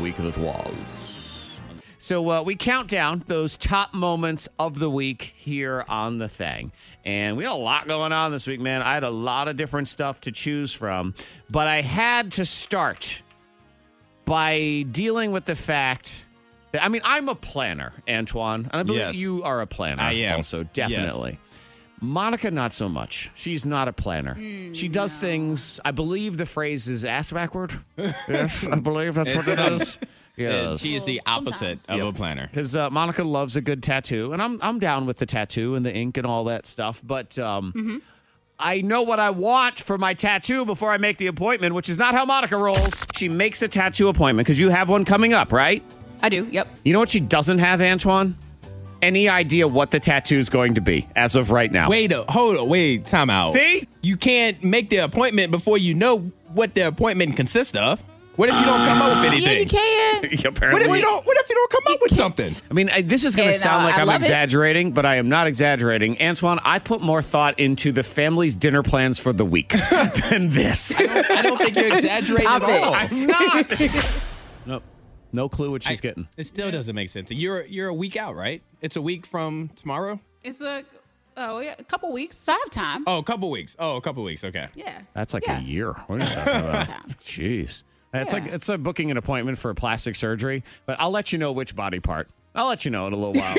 week that was. So uh, we count down those top moments of the week here on the thing. And we had a lot going on this week, man. I had a lot of different stuff to choose from, but I had to start by dealing with the fact that I mean, I'm a planner, Antoine. And I believe Yes. you are a planner I am. also, definitely. Monica, not so much. She's not a planner. Hmm, she does things. I believe the phrase is ass backward. Yes, I believe that's what it is. Uh, Yes. She is the opposite of a planner. Because uh, Monica loves a good tattoo, and I'm I'm down with the tattoo and the ink and all that stuff. But um, Mm-hmm. I know what I want for my tattoo before I make the appointment, which is not how Monica rolls. She makes a tattoo appointment because you have one coming up, right? I do. Yep. You know what she doesn't have, Antoine? Any idea what the tattoo is going to be as of right now? Wait, a, hold on, wait, time out. See? You can't make the appointment before you know what the appointment consists of. What if you don't come up with anything? Yeah, you can. What Apparently. if you don't? What if you don't come up with something? I mean, I, this is going to And, uh, sound like I I'm love it. exaggerating, but I am not exaggerating. Antoine, I put more thought into the family's dinner plans for the week than this. I don't think you're exaggerating Stop at it. all. I'm not. nope. No clue what she's getting. It still doesn't make sense. You're you're a week out, right? It's a week from tomorrow. It's a oh yeah, a couple weeks. So I have time. Oh, a couple weeks. Oh, a couple weeks. Okay. Yeah. That's like yeah. a year. What are you talking about? Jeez. That's like Yeah. it's like booking an appointment for a plastic surgery, but I'll let you know which body part. I'll let you know in a little while.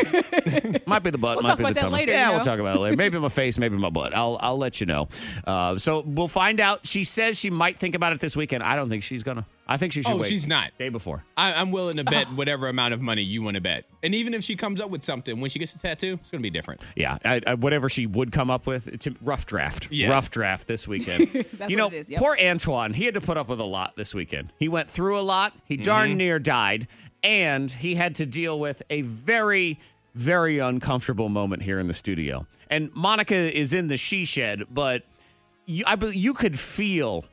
might be the butt. We'll might talk be about the that tummy. later, Yeah, you we'll know? talk about it later. Maybe my face, maybe my butt. I'll I'll let you know. Uh, so we'll find out. She says she might think about it this weekend. I don't think she's gonna. I think she should Oh, wait. she's not. Day before. I, I'm willing to bet whatever amount of money you want to bet. And even if she comes up with something, when she gets a tattoo, it's gonna be different. Yeah, I, I, whatever she would come up with, it's a rough draft. Yes. Rough draft this weekend. you know, what it is, yep. poor Antoine, he had to put up with a lot this weekend. He went through a lot. He Mm-hmm. darn near died, and he had to deal with a very, very uncomfortable moment here in the studio. And Monica is in the she shed, but you, I bel- you could feel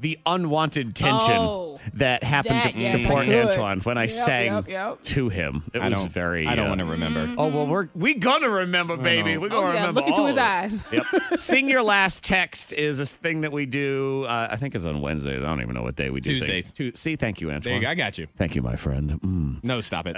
the unwanted tension Oh, that happened that- to, yes, to I poor could. Antoine when I Yep, sang yep, yep. to him. It I was don't. very. I don't uh, want to remember. Oh well, we're we gonna remember, baby. We're gonna Oh, yeah, remember. look into all his of it. eyes. Yep. Sing your last text is a thing that we do. Uh, I think it's on Wednesdays. I don't even know what day we do. Tuesdays. Things. Tu- See, thank you, Antoine. There you go. I got you. Thank you, my friend. Mm. No, stop it.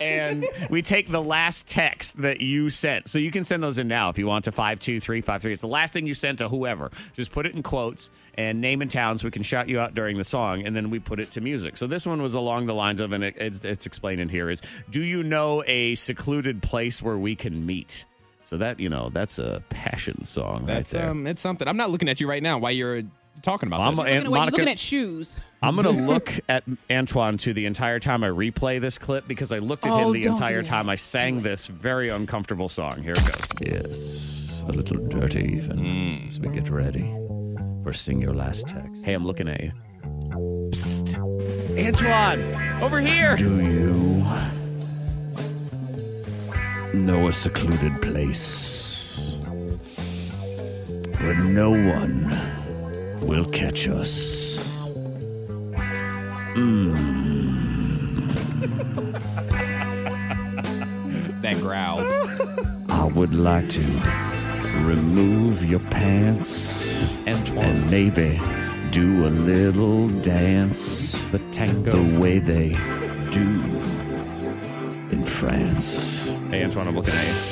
And we take the last text that you sent. So you can send those in now if you want to 52353. It's the last thing you sent to whoever. Just put it in quotes and name and town so we can shout you out during the song. And then we put it to music. So this one was along the lines of, and it, it's, it's explained in here, is do you know a secluded place where we can meet? So that, you know, that's a passion song That's right there. um, it's something. I'm not looking at you right now while you're talking about I'm a- this. Looking, And at what- Monica- looking at shoes. I'm gonna look at Antoine to the entire time I replay this clip because I looked at Oh, him the don't entire do that. time I sang this very uncomfortable song. Here it goes. Yes, a little dirty even as we get ready for sing your last text. Hey, I'm looking at you. Psst, Antoine, over here. Do you know a secluded place where no one will catch us? that growl. I would like to remove your pants and maybe do a little dance the tango the way they do in France. Hey Antoine, I'm looking at you.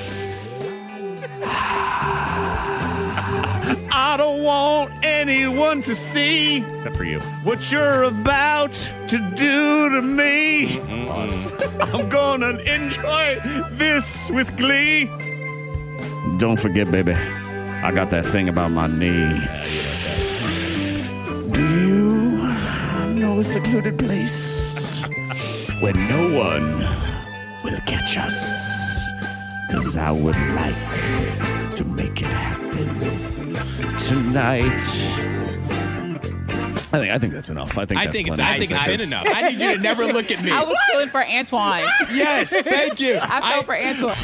I don't want anyone to see except for you what you're about to do to me. I'm gonna enjoy this with glee. Don't forget, baby, I got that thing about my knee. Do you know a secluded place where no one will catch us? Cause I would like to make it happen tonight. I think I think that's enough. I think I that's think it's, plenty. I think That's I good. am enough. I need you to never look at me. I was feeling for Antoine. yes, thank you. I felt for Antoine.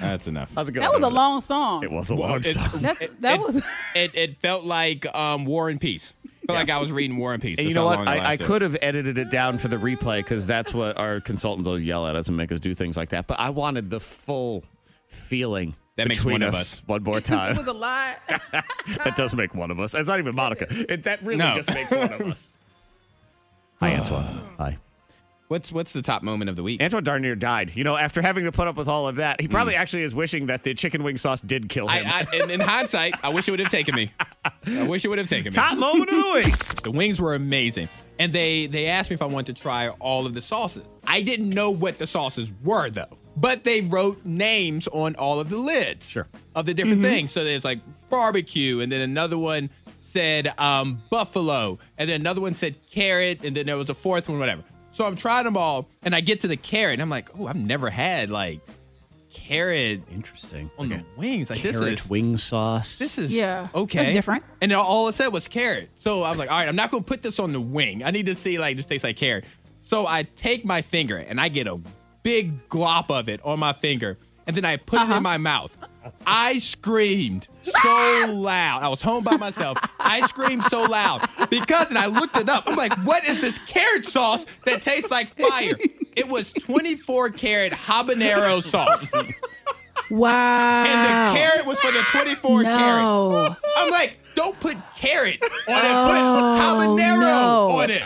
That's enough. How's it going? That was a long song. It was a long It, song. That's that it- was. it, it felt like um, War and Peace. Felt like I was reading War and Peace. And you That's know how what? long it I, I lasted. could have edited it down for the replay because that's what our consultants always yell at us and make us do things like that. But I wanted the full feeling That makes between one of us. one more It time. was a lot. that does make one of us. It's not even Monica. It, that really No. just makes one of us. Hi, Antoine. Hi. What's what's the top moment of the week? Antoine darn near died. You know, after having to put up with all of that, he probably actually is wishing that the chicken wing sauce did kill him. Hmm. I, I, in, in hindsight, I wish it would have taken me. I wish it would have taken me. Top moment of the week. The wings were amazing. And they they asked me if I wanted to try all of the sauces. I didn't know what the sauces were though. But they wrote names on all of the lids Sure. of the different things. So there's like barbecue, and then another one said um, buffalo, and then another one said carrot, and then there was a fourth one, whatever. So I'm trying them all, and I get to the carrot, and I'm like, oh, I've never had like carrot Interesting. on the wings. Like this Carrot is wing sauce. this is Yeah, okay that's different. and then all it said was carrot so i was like all right i'm not gonna put this on the wing i need to see like this tastes like carrot so i take my finger and i get a big glop of it on my finger and then i put it Uh-huh. in my mouth i screamed so loud i was home by myself i screamed so loud because and i looked it up i'm like what is this carrot sauce that tastes like fire it was 24 carat habanero sauce Wow. and the carrot was for the 24 carat Oh. No. I'm like, don't put carrot on it. Put habanero Oh, no. on it.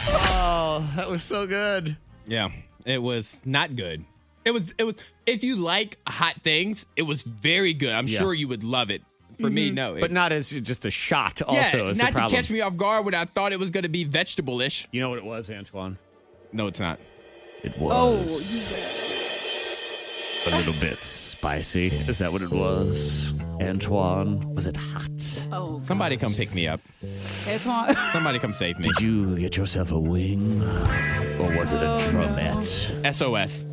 That was so good. Yeah, it was not good. It was. It was. If you like hot things, it was very good. I'm Yeah. sure you would love it. For Mm-hmm. me, no. It- But not as just a shot, yeah, also, is not the problem. to catch me off guard when I thought it was going to be vegetable-ish. you know what it was, Antoine? No, it's not. It Oh, was a little bit spicy. Is that what it was? Antoine, was it hot? oh, Somebody come pick me up. Antoine. Somebody come save me. Did you get yourself a wing? Or was it a drumette? SOS.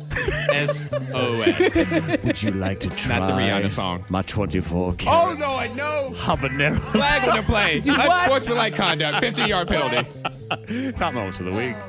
SOS. Would you like to try Not the Rihanna song. my 24 Oh, karat no, I know. habanero Flag on the play. what? Unsportsmanlike conduct. 50-yard penalty. top moments of the week?